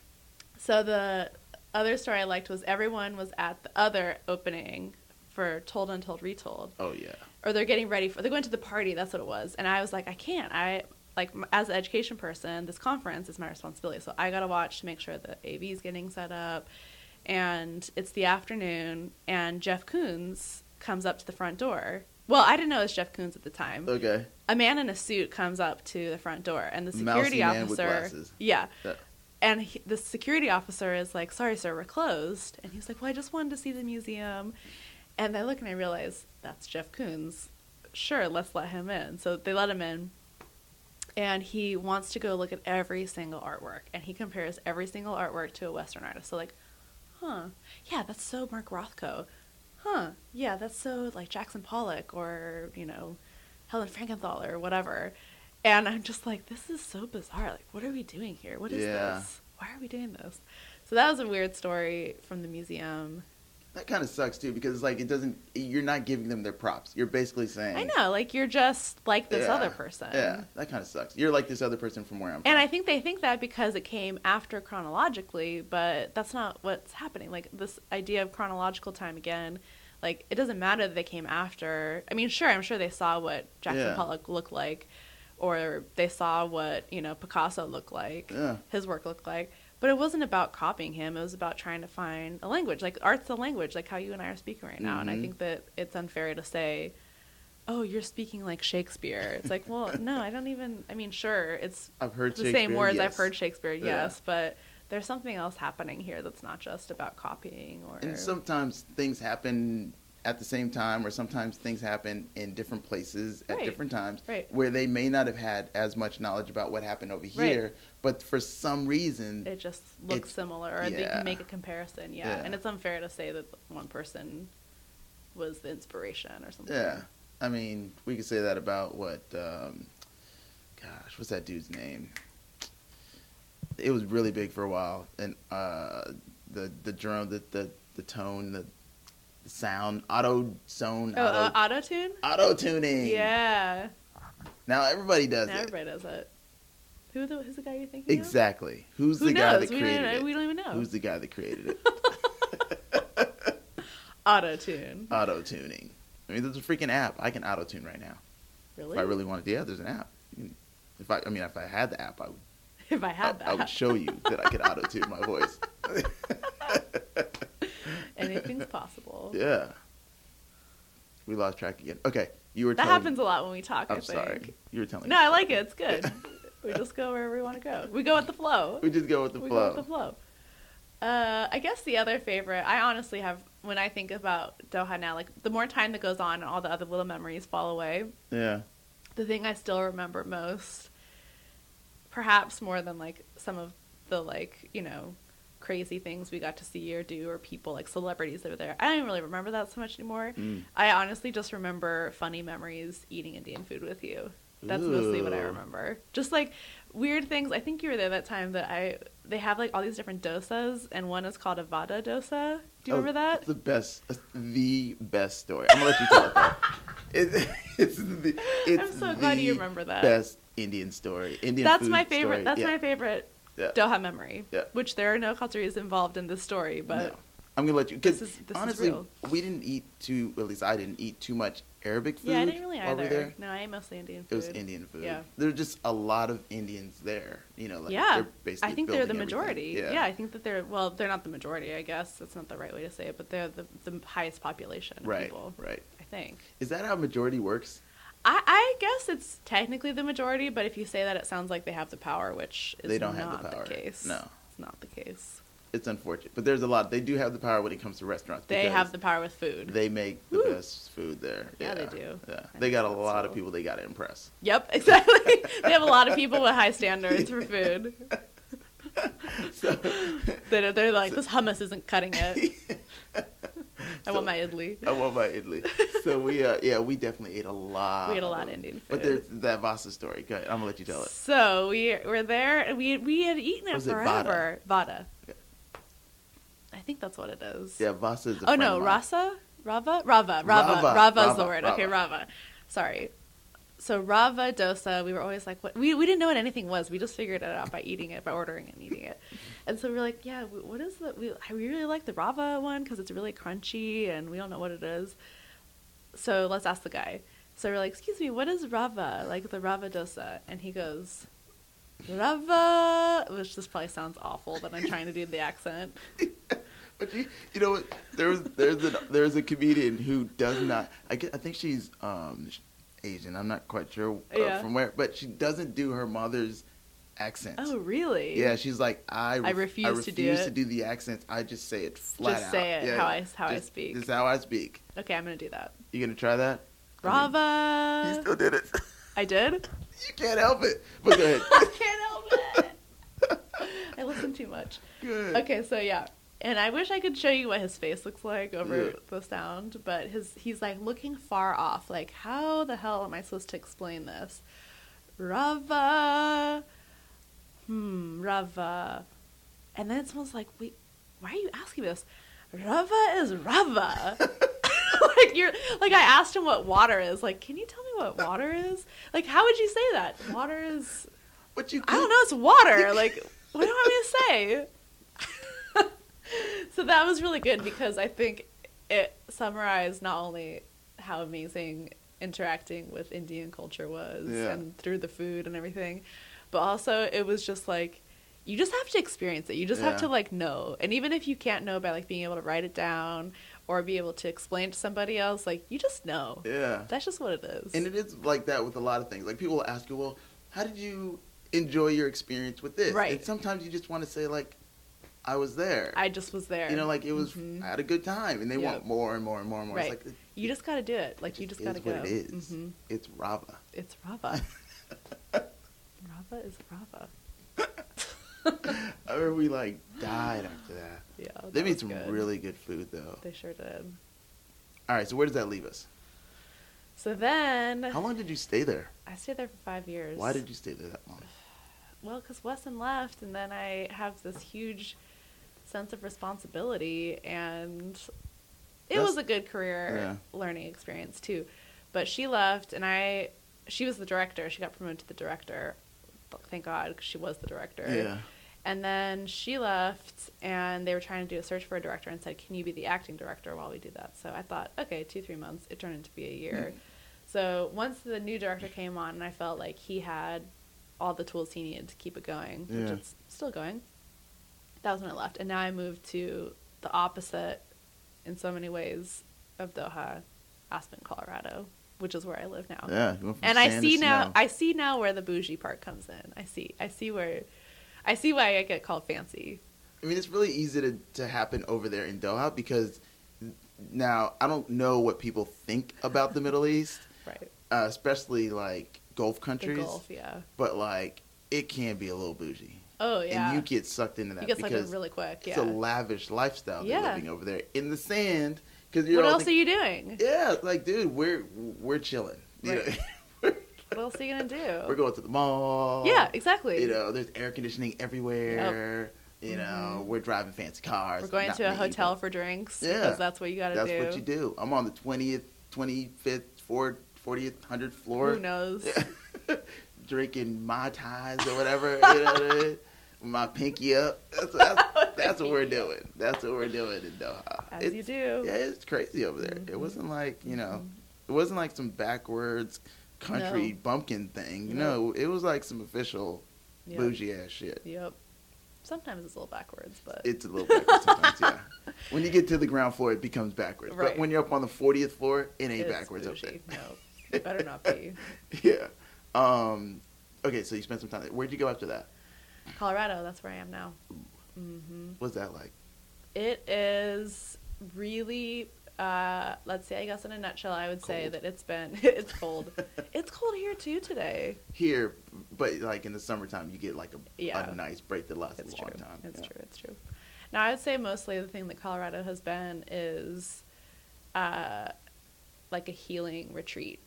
Speaker 2: So the other story I liked was everyone was at the other opening for Told Untold Retold
Speaker 3: Oh yeah.
Speaker 2: or they're getting ready for they're going to the party that's what it was and i was like i can't i like m- as an education person this conference is my responsibility so i gotta watch to make sure the av is getting set up and it's the afternoon and jeff koons comes up to the front door well i didn't know it was jeff koons at the time
Speaker 3: Okay.
Speaker 2: a man in a suit comes up to the front door and the security
Speaker 3: Mousy man with
Speaker 2: officer
Speaker 3: glasses.
Speaker 2: yeah
Speaker 3: Yeah.
Speaker 2: and he, the security officer is like, "Sorry, sir, we're closed." And he's like, "Well, I just wanted to see the museum." And I look and I realize that's Jeff Koons. Sure, let's let him in. So they let him in, and he wants to go look at every single artwork, and he compares every single artwork to a Western artist. So like, huh, yeah, that's so Mark Rothko. Huh, yeah, that's so like Jackson Pollock or you know, Helen Frankenthaler or whatever. And I'm just like, this is so bizarre. Like, what are we doing here? What is
Speaker 3: Yeah.
Speaker 2: this? Why are we doing this? So that was a weird story from the museum.
Speaker 3: That kind of sucks too because like it doesn't. You're not giving them their props. You're basically saying.
Speaker 2: I know, like you're just like this
Speaker 3: Yeah.
Speaker 2: other person.
Speaker 3: Yeah, that kind of sucks. You're like this other person from where I'm.
Speaker 2: And
Speaker 3: from.
Speaker 2: I think they think that because it came after chronologically, but that's not what's happening. Like this idea of chronological time again, like it doesn't matter that they came after. I mean, sure, I'm sure they saw what Jackson
Speaker 3: Yeah.
Speaker 2: Pollock looked like, or they saw what you know Picasso looked like,
Speaker 3: Yeah.
Speaker 2: his work looked like. But it wasn't about copying him. It was about trying to find a language. Like art's a language, like how you and I are speaking right now. And I
Speaker 3: Mhm.
Speaker 2: think that it's unfair to say oh, you're speaking like Shakespeare. It's like, well, no, I don't even. I mean, sure, it's
Speaker 3: I've heard
Speaker 2: the same
Speaker 3: Shakespeare,
Speaker 2: words I've
Speaker 3: yes.
Speaker 2: heard Shakespeare,
Speaker 3: Yeah.
Speaker 2: yes, but there's something else happening here that's not just about copying or.
Speaker 3: And sometimes things happen at the same time, or sometimes things happen in different places at
Speaker 2: Right.
Speaker 3: different times,
Speaker 2: Right.
Speaker 3: where they may not have had as much knowledge about what happened over
Speaker 2: Right.
Speaker 3: here, but for some reason,
Speaker 2: it just looks
Speaker 3: It's-
Speaker 2: similar, or they
Speaker 3: yeah.
Speaker 2: can make a comparison, yeah.
Speaker 3: Yeah.
Speaker 2: And it's unfair to say that one person was the inspiration or something.
Speaker 3: yeah. I mean, we could say that about what, um, gosh, what's that dude's name? It was really big for a while, and uh, the the drum, the the, the tone, the, the sound, auto zone,
Speaker 2: Oh, uh, auto tune.
Speaker 3: auto tuning.
Speaker 2: Yeah,
Speaker 3: Now everybody does
Speaker 2: now
Speaker 3: it.
Speaker 2: everybody does it. Who the, who's the guy you're thinking of?
Speaker 3: Exactly. Who's
Speaker 2: Who
Speaker 3: the guy
Speaker 2: knows?
Speaker 3: that
Speaker 2: We
Speaker 3: created
Speaker 2: don't,
Speaker 3: it?
Speaker 2: we don't even know.
Speaker 3: Who's the guy that created it?
Speaker 2: auto tune?
Speaker 3: auto tuning. I mean, there's a freaking app. I can auto tune right now
Speaker 2: Really?
Speaker 3: if I really wanted. Yeah, there's an app. You can- If I, I mean, if I had the app, I would.
Speaker 2: if I had
Speaker 3: I, I
Speaker 2: that.
Speaker 3: would show you that I could auto tune my voice.
Speaker 2: Anything's possible.
Speaker 3: Yeah. We lost track again. Okay, you were.
Speaker 2: That
Speaker 3: telling,
Speaker 2: happens a lot when we talk. i
Speaker 3: I'm
Speaker 2: think.
Speaker 3: sorry. You were telling.
Speaker 2: No,
Speaker 3: me.
Speaker 2: I like it. It's good. We just go wherever we want to go. We go with the flow.
Speaker 3: We just go with the
Speaker 2: we
Speaker 3: flow.
Speaker 2: go with the flow. Uh, I guess the other favorite, I honestly have, when I think about Doha now, like the more time that goes on and all the other little memories fall away,
Speaker 3: yeah.
Speaker 2: the thing I still remember most, perhaps more than like some of the like, you know, crazy things we got to see or do or people like celebrities that were there. I don't even really remember that so much anymore.
Speaker 3: Mm.
Speaker 2: I honestly just remember funny memories eating Indian food with you. That's mostly what I
Speaker 3: Ooh.
Speaker 2: remember. Just like weird things. I think you were there that time that I they have like all these different dosas and one is called a vada dosa. Do you
Speaker 3: Oh,
Speaker 2: remember that?
Speaker 3: The best, the best story. I'm gonna let you tell it. though. It, it's the, it's
Speaker 2: I'm so glad you
Speaker 3: the
Speaker 2: remember that.
Speaker 3: Best Indian story. Indian.
Speaker 2: That's
Speaker 3: food
Speaker 2: my favorite.
Speaker 3: story.
Speaker 2: That's
Speaker 3: Yeah,
Speaker 2: my favorite
Speaker 3: yeah,
Speaker 2: Doha memory,
Speaker 3: Yeah.
Speaker 2: which there are no cultures involved in this story, but
Speaker 3: no. I'm gonna let you. Because
Speaker 2: This is- this is
Speaker 3: honestly,
Speaker 2: real.
Speaker 3: we didn't eat too. At least I didn't eat too much Arabic food.
Speaker 2: yeah, I didn't really
Speaker 3: while we were
Speaker 2: either.
Speaker 3: there.
Speaker 2: No, I ate mostly Indian food.
Speaker 3: It was Indian food.
Speaker 2: Yeah.
Speaker 3: There were just a lot of Indians there. You know, like
Speaker 2: yeah,
Speaker 3: they're basically
Speaker 2: I think they're the
Speaker 3: building everything.
Speaker 2: majority. Yeah. I think that they're well, they're not the majority. I guess that's not the right way to say it, but they're the, the highest population of
Speaker 3: Right.
Speaker 2: people.
Speaker 3: Right.
Speaker 2: I think.
Speaker 3: Is that how majority works?
Speaker 2: I, I guess it's technically the majority, but if you say that, it sounds like they have the power, which is
Speaker 3: They don't have
Speaker 2: not
Speaker 3: the power.
Speaker 2: case.
Speaker 3: No.
Speaker 2: it's not the case.
Speaker 3: It's unfortunate, but there's a lot. They do have the power when it comes to restaurants.
Speaker 2: They
Speaker 3: because
Speaker 2: have the power with food.
Speaker 3: They make the
Speaker 2: Woo.
Speaker 3: best food there.
Speaker 2: Yeah, they do.
Speaker 3: Yeah,
Speaker 2: I
Speaker 3: they got a
Speaker 2: think
Speaker 3: lot
Speaker 2: so.
Speaker 3: of people they got to impress.
Speaker 2: Yep, exactly. they have a lot of people with high standards for food.
Speaker 3: So,
Speaker 2: They're, they're like, this hummus isn't cutting it. I want my idli.
Speaker 3: I want my Italy. So we, uh, yeah, we definitely ate a lot.
Speaker 2: We ate a
Speaker 3: of
Speaker 2: lot of
Speaker 3: them.
Speaker 2: Indian
Speaker 3: But there's
Speaker 2: food.
Speaker 3: that Vasa story. Go ahead. I'm gonna let you tell it.
Speaker 2: So we were there, and we we had eaten it
Speaker 3: Was it
Speaker 2: forever. Vada.
Speaker 3: Yeah.
Speaker 2: I think that's what it is.
Speaker 3: Yeah, Vasa is. A
Speaker 2: Oh
Speaker 3: friend
Speaker 2: no,
Speaker 3: of mine.
Speaker 2: Rasa, Rava, Rava, Rava,
Speaker 3: Rava,
Speaker 2: Rava, is the
Speaker 3: Rava,
Speaker 2: word. Okay,
Speaker 3: Rava.
Speaker 2: Rava. Sorry. So Rava dosa, we were always like, what? We, we didn't know what anything was. We just figured it out by eating it, by ordering it and eating it. And so we were like, yeah, w- what is the? We, I really like the Rava one because it's really crunchy and we don't know what it is. So let's ask the guy. So we're like, excuse me, what is Rava? Like the Rava dosa? And he goes, Rava, which this probably sounds awful that I'm trying to do the accent.
Speaker 3: But you, you know what? There was there's a there's a comedian who does not. I get, I think she's um sh- Asian. I'm not quite sure uh,
Speaker 2: Yeah.
Speaker 3: from where, but she doesn't do her mother's accent.
Speaker 2: Oh, really?
Speaker 3: Yeah, she's like I. ref-
Speaker 2: refuse to do
Speaker 3: refuse
Speaker 2: it.
Speaker 3: to do the accents. I just say it flat
Speaker 2: Just
Speaker 3: out.
Speaker 2: say it
Speaker 3: Yeah,
Speaker 2: how I- how I
Speaker 3: just-
Speaker 2: speak.
Speaker 3: This is how I speak.
Speaker 2: Okay, I'm gonna do that.
Speaker 3: You gonna try that? I mean, you
Speaker 2: Brava!
Speaker 3: still did it.
Speaker 2: I did?
Speaker 3: you can't help it. But go ahead.
Speaker 2: I can't help it! I listen too much.
Speaker 3: Good.
Speaker 2: Okay, so yeah. And I wish I could show you what his face looks like over
Speaker 3: Yeah.
Speaker 2: the sound, but his he's like looking far off. Like, how the hell am I supposed to explain this? Rava. Hmm, Rava. And then someone's like, wait, why are you asking this? Rava is Rava. like you're like I asked him what water is. Like, can you tell me what water is? Like, how would you say that? Water is
Speaker 3: But you.
Speaker 2: I don't
Speaker 3: could-
Speaker 2: know. It's water. Like, what do I want me to say? so that was really good because I think it summarized not only how amazing interacting with Indian culture was
Speaker 3: Yeah.
Speaker 2: and through the food and everything, but also it was just like you just have to experience it. You just
Speaker 3: Yeah.
Speaker 2: have to like know. And even if you can't know by like being able to write it down or be able to explain to somebody else, like you just know.
Speaker 3: Yeah.
Speaker 2: That's just what it is.
Speaker 3: And it is like that with a lot of things. Like people will ask you, well, how did you enjoy your experience with this?
Speaker 2: Right.
Speaker 3: And sometimes you just want to say like, I was there.
Speaker 2: I just was there.
Speaker 3: You know, like it was.
Speaker 2: Mhm.
Speaker 3: I had a good time, and they
Speaker 2: Yeah.
Speaker 3: want more and more and more and more.
Speaker 2: Right.
Speaker 3: It's like
Speaker 2: You just got to do it. Like you just
Speaker 3: it
Speaker 2: got to
Speaker 3: is
Speaker 2: go.
Speaker 3: What it is.
Speaker 2: Mhm.
Speaker 3: It's Rava.
Speaker 2: It's Rava. Rava is Rava.
Speaker 3: I remember we like died after that.
Speaker 2: Yeah. that
Speaker 3: They made
Speaker 2: was
Speaker 3: some
Speaker 2: good.
Speaker 3: really good food though.
Speaker 2: They sure did.
Speaker 3: All right, so where does that leave us?
Speaker 2: So then
Speaker 3: How long did you stay there?
Speaker 2: I stayed there for five years.
Speaker 3: Why did you stay there that long?
Speaker 2: Well, because Wesson left, and then I have this huge sense of responsibility, and it
Speaker 3: That's-
Speaker 2: was a good career
Speaker 3: Yeah.
Speaker 2: learning experience too. But she left, and I she was the director. She got promoted to the director. Thank God, 'cause she was the director.
Speaker 3: Yeah.
Speaker 2: And then she left, and they were trying to do a search for a director and said, Can you be the acting director while we do that? So I thought, okay, two, three months. It turned into be a year. So once the new director came on, and I felt like he had all the tools he needed to keep it going, which
Speaker 3: Yeah.
Speaker 2: it's still going, that was when I left. And now I moved to the opposite, in so many ways, of Doha, Aspen, Colorado, which is where I live now.
Speaker 3: Yeah. you went from
Speaker 2: and I
Speaker 3: sand to
Speaker 2: see now
Speaker 3: snow.
Speaker 2: I see now where the bougie part comes in. I see I see where I see why I get called fancy.
Speaker 3: I mean, it's really easy to, to happen over there in Doha because now I don't know what people think about the Middle East,
Speaker 2: Right.
Speaker 3: uh, especially like Gulf
Speaker 2: The
Speaker 3: countries.
Speaker 2: Gulf, yeah.
Speaker 3: But like, it can be a little bougie,
Speaker 2: Oh yeah.
Speaker 3: and you get sucked into that
Speaker 2: you get sucked in
Speaker 3: because
Speaker 2: really quick.
Speaker 3: it's a
Speaker 2: Yeah.
Speaker 3: lavish lifestyle they're
Speaker 2: Yeah.
Speaker 3: living over there in the sand. Because you
Speaker 2: What
Speaker 3: know,
Speaker 2: else
Speaker 3: like-
Speaker 2: are you doing?
Speaker 3: Yeah, like dude, we're we're chilling. You
Speaker 2: Right.
Speaker 3: know,
Speaker 2: What else are you gonna do?
Speaker 3: we're going to the mall.
Speaker 2: yeah, exactly.
Speaker 3: You know, there's air conditioning everywhere. You know, we're driving fancy cars.
Speaker 2: Mm-hmm. We're going
Speaker 3: Not
Speaker 2: to a
Speaker 3: me,
Speaker 2: hotel
Speaker 3: but
Speaker 2: for drinks
Speaker 3: Yeah.
Speaker 2: because that's what you gotta
Speaker 3: That's
Speaker 2: do.
Speaker 3: what you do. I'm on the twentieth, twenty fifth, fourth, fortieth, hundredth floor,
Speaker 2: Who knows?
Speaker 3: drinking my ties or whatever. you know what I mean? My pinky up. That's, that's, that's what we're doing. That's what we're doing in Doha.
Speaker 2: As
Speaker 3: It's-
Speaker 2: you do. Mm-hmm.
Speaker 3: yeah, it's crazy over there. It wasn't like you know, it wasn't like some backwards country
Speaker 2: No.
Speaker 3: bumpkin thing. You
Speaker 2: No.
Speaker 3: know, it was like some official
Speaker 2: Yep.
Speaker 3: bougie ass shit.
Speaker 2: Yep. Sometimes it's a little backwards, but
Speaker 3: It's a little backwards sometimes, yeah. When you get to the ground floor, it becomes backwards.
Speaker 2: Right.
Speaker 3: But when you're up on the 40th floor, it ain't
Speaker 2: it's
Speaker 3: backwards
Speaker 2: bougie. No, it better not be.
Speaker 3: up there. Yeah. Um, okay, so you spent some time there. Where'd you go after that?
Speaker 2: Colorado, that's where I am now. hmm
Speaker 3: What's that like?
Speaker 2: It is really. Uh, let's see. I guess in a nutshell, I would say
Speaker 3: Cold.
Speaker 2: that it's been it's cold. it's cold here too today.
Speaker 3: Here, but like in the summertime, you get like a,
Speaker 2: Yeah.
Speaker 3: a nice break that lasts
Speaker 2: It's
Speaker 3: a long
Speaker 2: true.
Speaker 3: time.
Speaker 2: It's
Speaker 3: Yeah.
Speaker 2: true. It's true. Now I would say mostly the thing that Colorado has been is, uh, like a healing retreat,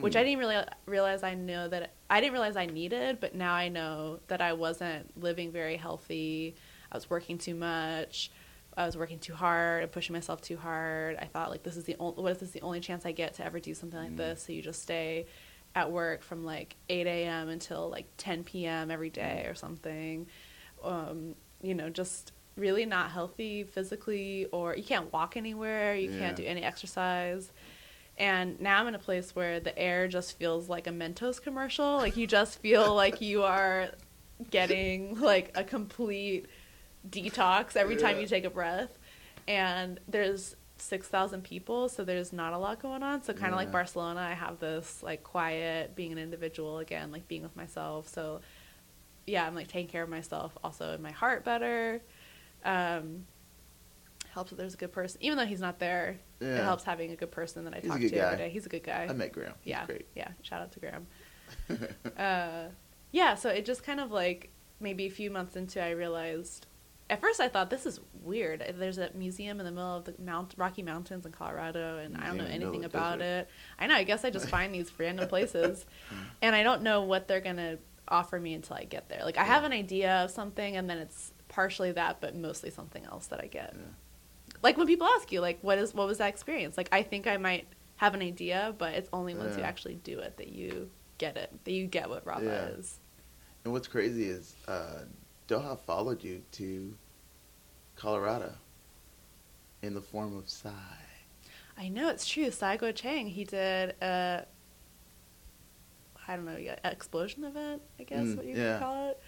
Speaker 2: which
Speaker 3: Hmm.
Speaker 2: I didn't really realize I know that I didn't realize I needed, but now I know that I wasn't living very healthy. I was working too much. I was working too hard. and pushing myself too hard. I thought like this is the only what if this is the only chance I get to ever do something like this? So you just stay at work from like 8 a.m. until like 10 p.m. every day or something. Um, you know, just really not healthy physically, or you can't walk anywhere, you can't do
Speaker 3: Yeah.
Speaker 2: any exercise. And now I'm in a place where the air just feels like a Mentos commercial. Like you just feel like you are getting like a complete detox every time
Speaker 3: Yeah.
Speaker 2: you take a breath. And there's 6,000 people, so there's not a lot going on. So kind of like
Speaker 3: Yeah.
Speaker 2: Barcelona, I have this like quiet being an individual again, like being with myself. So yeah, I'm like taking care of myself also in my heart better. Um, helps that there's a good person, even though he's not there. It
Speaker 3: Yeah.
Speaker 2: helps having a good person that I
Speaker 3: He's a
Speaker 2: talk
Speaker 3: good
Speaker 2: to every
Speaker 3: guy.
Speaker 2: day. He's a good guy.
Speaker 3: I met Graham. He's
Speaker 2: yeah,
Speaker 3: Great.
Speaker 2: yeah. Shout out to Graham. uh, yeah, so it just kind of like maybe a few months into, I realized. At first, I thought this is weird. There's a museum in the middle of the Mount Rocky Mountains in Colorado, and I don't
Speaker 3: Museum in the
Speaker 2: know
Speaker 3: middle
Speaker 2: anything
Speaker 3: of the
Speaker 2: about
Speaker 3: desert.
Speaker 2: it. I know. I guess I just find these random places, and I don't know what they're gonna offer me until I get there. Like I have an idea of something, and then it's partially that, but mostly something else that I get
Speaker 3: Yeah.
Speaker 2: like when people ask you like what is what was that experience like i think i might have an idea but it's only once you
Speaker 3: Yeah.
Speaker 2: actually do it that you get it that you get what rafa
Speaker 3: Yeah.
Speaker 2: is
Speaker 3: And what's crazy is uh, Doha followed you to Colorado in the form of Psy.
Speaker 2: i know it's true saigo chang he did a i don't know yeah, explosion event i guess
Speaker 3: Mm,
Speaker 2: what you
Speaker 3: yeah.
Speaker 2: could call it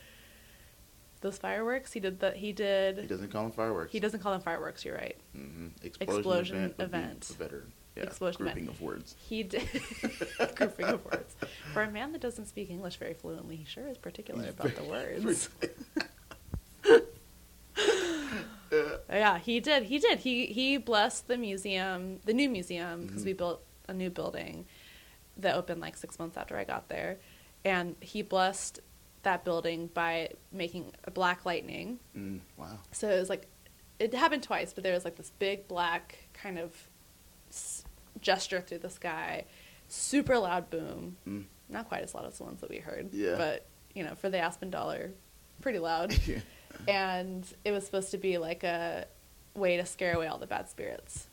Speaker 2: those fireworks he did the he did
Speaker 3: He doesn't call them fireworks.
Speaker 2: he doesn't call them fireworks you're right
Speaker 3: hmm Explosion,
Speaker 2: Explosion
Speaker 3: event. would be
Speaker 2: event.
Speaker 3: a better yeah,
Speaker 2: Explosion event.
Speaker 3: grouping of words.
Speaker 2: he did grouping of words for a man that doesn't speak english very fluently he sure is particular
Speaker 3: He's
Speaker 2: about the
Speaker 3: very
Speaker 2: words
Speaker 3: Uh,
Speaker 2: Yeah, he did. He did. He he blessed the museum, the new museum, because we built a new building that opened like six months after I got there, and he blessed that building by making a black lightning.
Speaker 3: mm, wow.
Speaker 2: So it was like, it happened twice, but there was like this big black kind of s- gesture through the sky, super loud boom.
Speaker 3: Mm.
Speaker 2: Not quite as loud as the ones that we heard,
Speaker 3: Yeah.
Speaker 2: but you know, for the Aspen dollar, pretty loud
Speaker 3: Yeah.
Speaker 2: and it was supposed to be like a way to scare away all the bad spirits.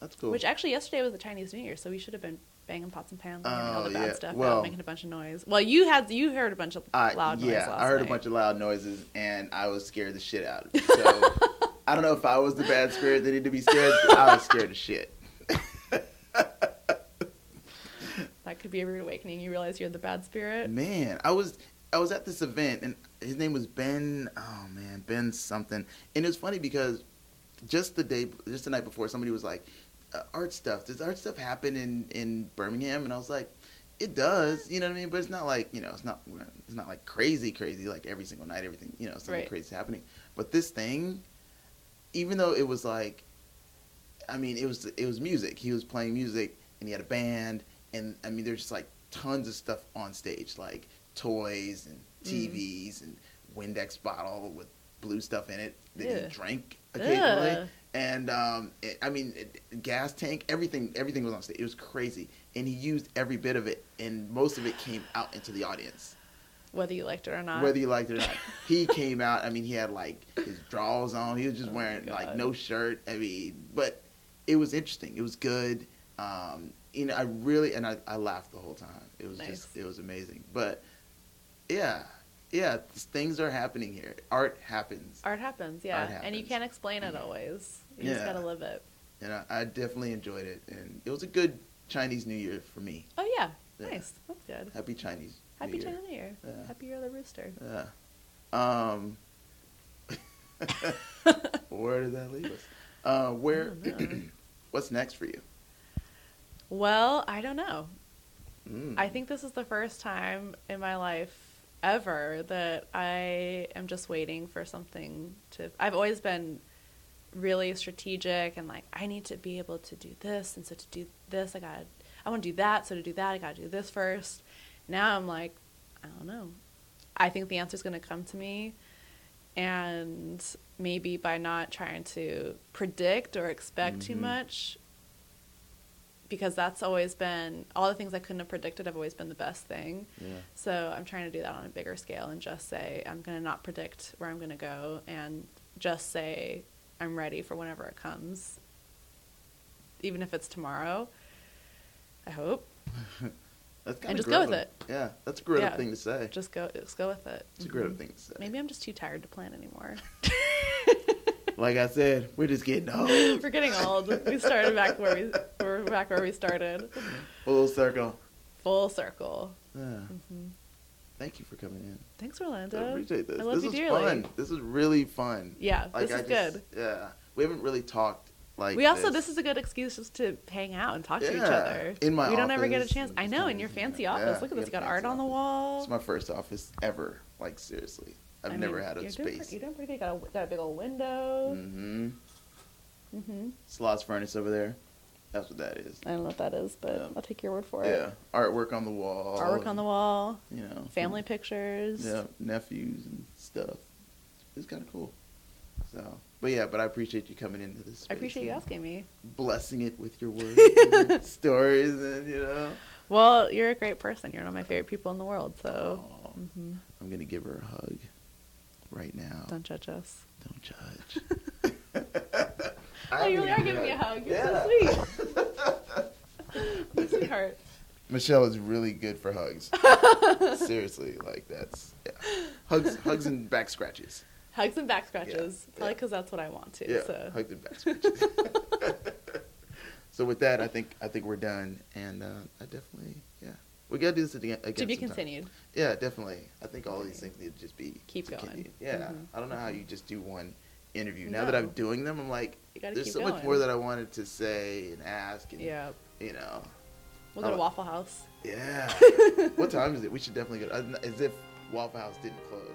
Speaker 3: That's cool.
Speaker 2: Which actually yesterday was the Chinese New Year, so we should have been banging pots and pans and all
Speaker 3: Oh,
Speaker 2: the bad
Speaker 3: yeah.
Speaker 2: stuff out,
Speaker 3: Well-
Speaker 2: making a bunch of noise. Well, you had you heard a bunch of
Speaker 3: I,
Speaker 2: loud noise
Speaker 3: yeah,
Speaker 2: last
Speaker 3: I heard
Speaker 2: night.
Speaker 3: a bunch of loud noises and I was scared the shit out of it. So I don't know if I was the bad spirit that needed to be scared. but I was scared of shit.
Speaker 2: that could be a rude awakening. You realize you're the bad spirit.
Speaker 3: Man, I was I was at this event and his name was Ben. Oh man, Ben something. And it was funny because just the day, just the night before, somebody was like, uh, art stuff? Does art stuff happen in in Birmingham?" And I was like, "It does, you know what I mean? But it's not like you know, it's not it's not like crazy, crazy like every single night, everything you know, something
Speaker 2: Right.
Speaker 3: crazy is happening. But this thing, even though it was like, I mean, it was it was music. He was playing music, and he had a band, and I mean, there's just like tons of stuff on stage, like toys and TVs and Windex bottle with blue stuff in it that
Speaker 2: Ew.
Speaker 3: he drank occasionally.
Speaker 2: Ugh.
Speaker 3: And um, it, I mean, it, gas tank, everything, everything was on stage. It was crazy, and he used every bit of it, and most of it came out into the audience,
Speaker 2: whether you liked it or not.
Speaker 3: whether you liked it or not. he came out. I mean, he had like his drawers on. He was just
Speaker 2: Oh my
Speaker 3: wearing like
Speaker 2: God.
Speaker 3: no shirt. I mean, but it was interesting. It was good. Um, you know, I really and I, I laughed the whole time. It was just it was amazing. But yeah, yeah, things are happening here. Art happens.
Speaker 2: Art happens, yeah. And you
Speaker 3: happens.
Speaker 2: can't explain it always. You just
Speaker 3: Yeah.
Speaker 2: gotta live it.
Speaker 3: and I, I definitely enjoyed it. And it was a good Chinese New Year for me.
Speaker 2: Oh yeah.
Speaker 3: Yeah.
Speaker 2: Nice. That's good.
Speaker 3: Happy Chinese.
Speaker 2: Happy
Speaker 3: New
Speaker 2: China
Speaker 3: Year.
Speaker 2: New Year.
Speaker 3: Yeah.
Speaker 2: Happy Year of the Rooster.
Speaker 3: Yeah. Um, where did that leave us? Uh, where?
Speaker 2: I don't
Speaker 3: what's next for you?
Speaker 2: Well, I don't know.
Speaker 3: Mm.
Speaker 2: I think this is the first time in my life ever that I am just waiting for something to. I've always been really strategic and like, I need to be able to do this. And so to do this, I got to, I want to do that. So to do that, I got to do this first. Now I'm like, I don't know. I think the answer's going to come to me. And maybe by not trying to predict or expect too
Speaker 3: Mhm.
Speaker 2: much, because that's always been all the things I couldn't have predicted have always been the best thing.
Speaker 3: Yeah.
Speaker 2: So I'm trying to do that on a bigger scale and just say I'm going to not predict where I'm going to go and just say I'm ready for whenever it comes. Even if it's tomorrow. I hope.
Speaker 3: That's kinda
Speaker 2: and just
Speaker 3: grown
Speaker 2: go with
Speaker 3: up. Yeah, that's a grown up
Speaker 2: Yeah.
Speaker 3: thing to say.
Speaker 2: Just go just go with it.
Speaker 3: it's a grown up thing to say.
Speaker 2: Maybe I'm just too tired to plan anymore.
Speaker 3: Like I said, we're just getting old.
Speaker 2: We're getting old. We started back where we we're back where we started.
Speaker 3: Full circle.
Speaker 2: Full circle.
Speaker 3: Yeah.
Speaker 2: Mhm.
Speaker 3: Thank you for coming in.
Speaker 2: Thanks,
Speaker 3: I
Speaker 2: Orlando.
Speaker 3: appreciate this.
Speaker 2: I love
Speaker 3: this
Speaker 2: you
Speaker 3: is
Speaker 2: dearly.
Speaker 3: fun. This is really fun.
Speaker 2: Yeah,
Speaker 3: Like,
Speaker 2: this
Speaker 3: I
Speaker 2: is
Speaker 3: just-
Speaker 2: good.
Speaker 3: Yeah, we haven't really talked like.
Speaker 2: we also this. is a good excuse just to hang out and talk to each
Speaker 3: Yeah,
Speaker 2: other.
Speaker 3: in my
Speaker 2: we don't ever get a
Speaker 3: office
Speaker 2: chance.
Speaker 3: and
Speaker 2: I
Speaker 3: just
Speaker 2: know
Speaker 3: kinda
Speaker 2: in your
Speaker 3: hang out.
Speaker 2: fancy
Speaker 3: Yeah,
Speaker 2: office. Look at
Speaker 3: we
Speaker 2: this.
Speaker 3: have
Speaker 2: You got
Speaker 3: a
Speaker 2: art
Speaker 3: fancy
Speaker 2: on the
Speaker 3: office.
Speaker 2: wall.
Speaker 3: It's my first office ever. Like seriously, I've
Speaker 2: I
Speaker 3: never
Speaker 2: mean,
Speaker 3: had a
Speaker 2: you're doing
Speaker 3: space.
Speaker 2: pre- you're doing pretty good. Got a, got a big old window.
Speaker 3: Mm-hmm.
Speaker 2: hmm
Speaker 3: Slots furnace over there. That's what that is.
Speaker 2: I don't know what that is, but
Speaker 3: Yeah.
Speaker 2: I'll take your word for
Speaker 3: Yeah,
Speaker 2: it.
Speaker 3: artwork on the wall.
Speaker 2: Artwork on
Speaker 3: and,
Speaker 2: the wall,
Speaker 3: You know,
Speaker 2: family pictures.
Speaker 3: Yeah, nephews and stuff. It's kind of cool. So, but yeah, but I appreciate you coming into this. Space
Speaker 2: I appreciate you
Speaker 3: and
Speaker 2: asking me.
Speaker 3: Blessing it with your words, and your stories, and you know.
Speaker 2: Well, you're a great person. You're one of my favorite people in the world. So
Speaker 3: Aw,
Speaker 2: mhm.
Speaker 3: I'm gonna give her a hug right now.
Speaker 2: don't judge us.
Speaker 3: Don't judge.
Speaker 2: Oh, you really are giving me a hug. You're so sweet. Sweetheart.
Speaker 3: Michelle is really good for hugs. Seriously, like that's yeah. hugs, hugs and back scratches.
Speaker 2: Hugs and back scratches.
Speaker 3: yeah.
Speaker 2: Probably because that's what I want to.
Speaker 3: Yeah,
Speaker 2: So.
Speaker 3: hugs and back scratches. so with that, I think I think we're done, and uh, I definitely yeah, we gotta do this again. again
Speaker 2: to be
Speaker 3: sometime.
Speaker 2: continued.
Speaker 3: Yeah, definitely. I think all these things need to just be
Speaker 2: Keep going.
Speaker 3: continued. Yeah,
Speaker 2: Mhm.
Speaker 3: I don't know how you just do one interview. Now that
Speaker 2: No.
Speaker 3: I'm doing them, I'm like,
Speaker 2: You gotta
Speaker 3: there's
Speaker 2: keep
Speaker 3: so much
Speaker 2: going.
Speaker 3: more that I wanted to say and ask, and
Speaker 2: Yeah.
Speaker 3: you know,
Speaker 2: We'll go to
Speaker 3: Oh.
Speaker 2: Waffle House.
Speaker 3: yeah. what time is it? We should definitely go. As if uh, Waffle House didn't close.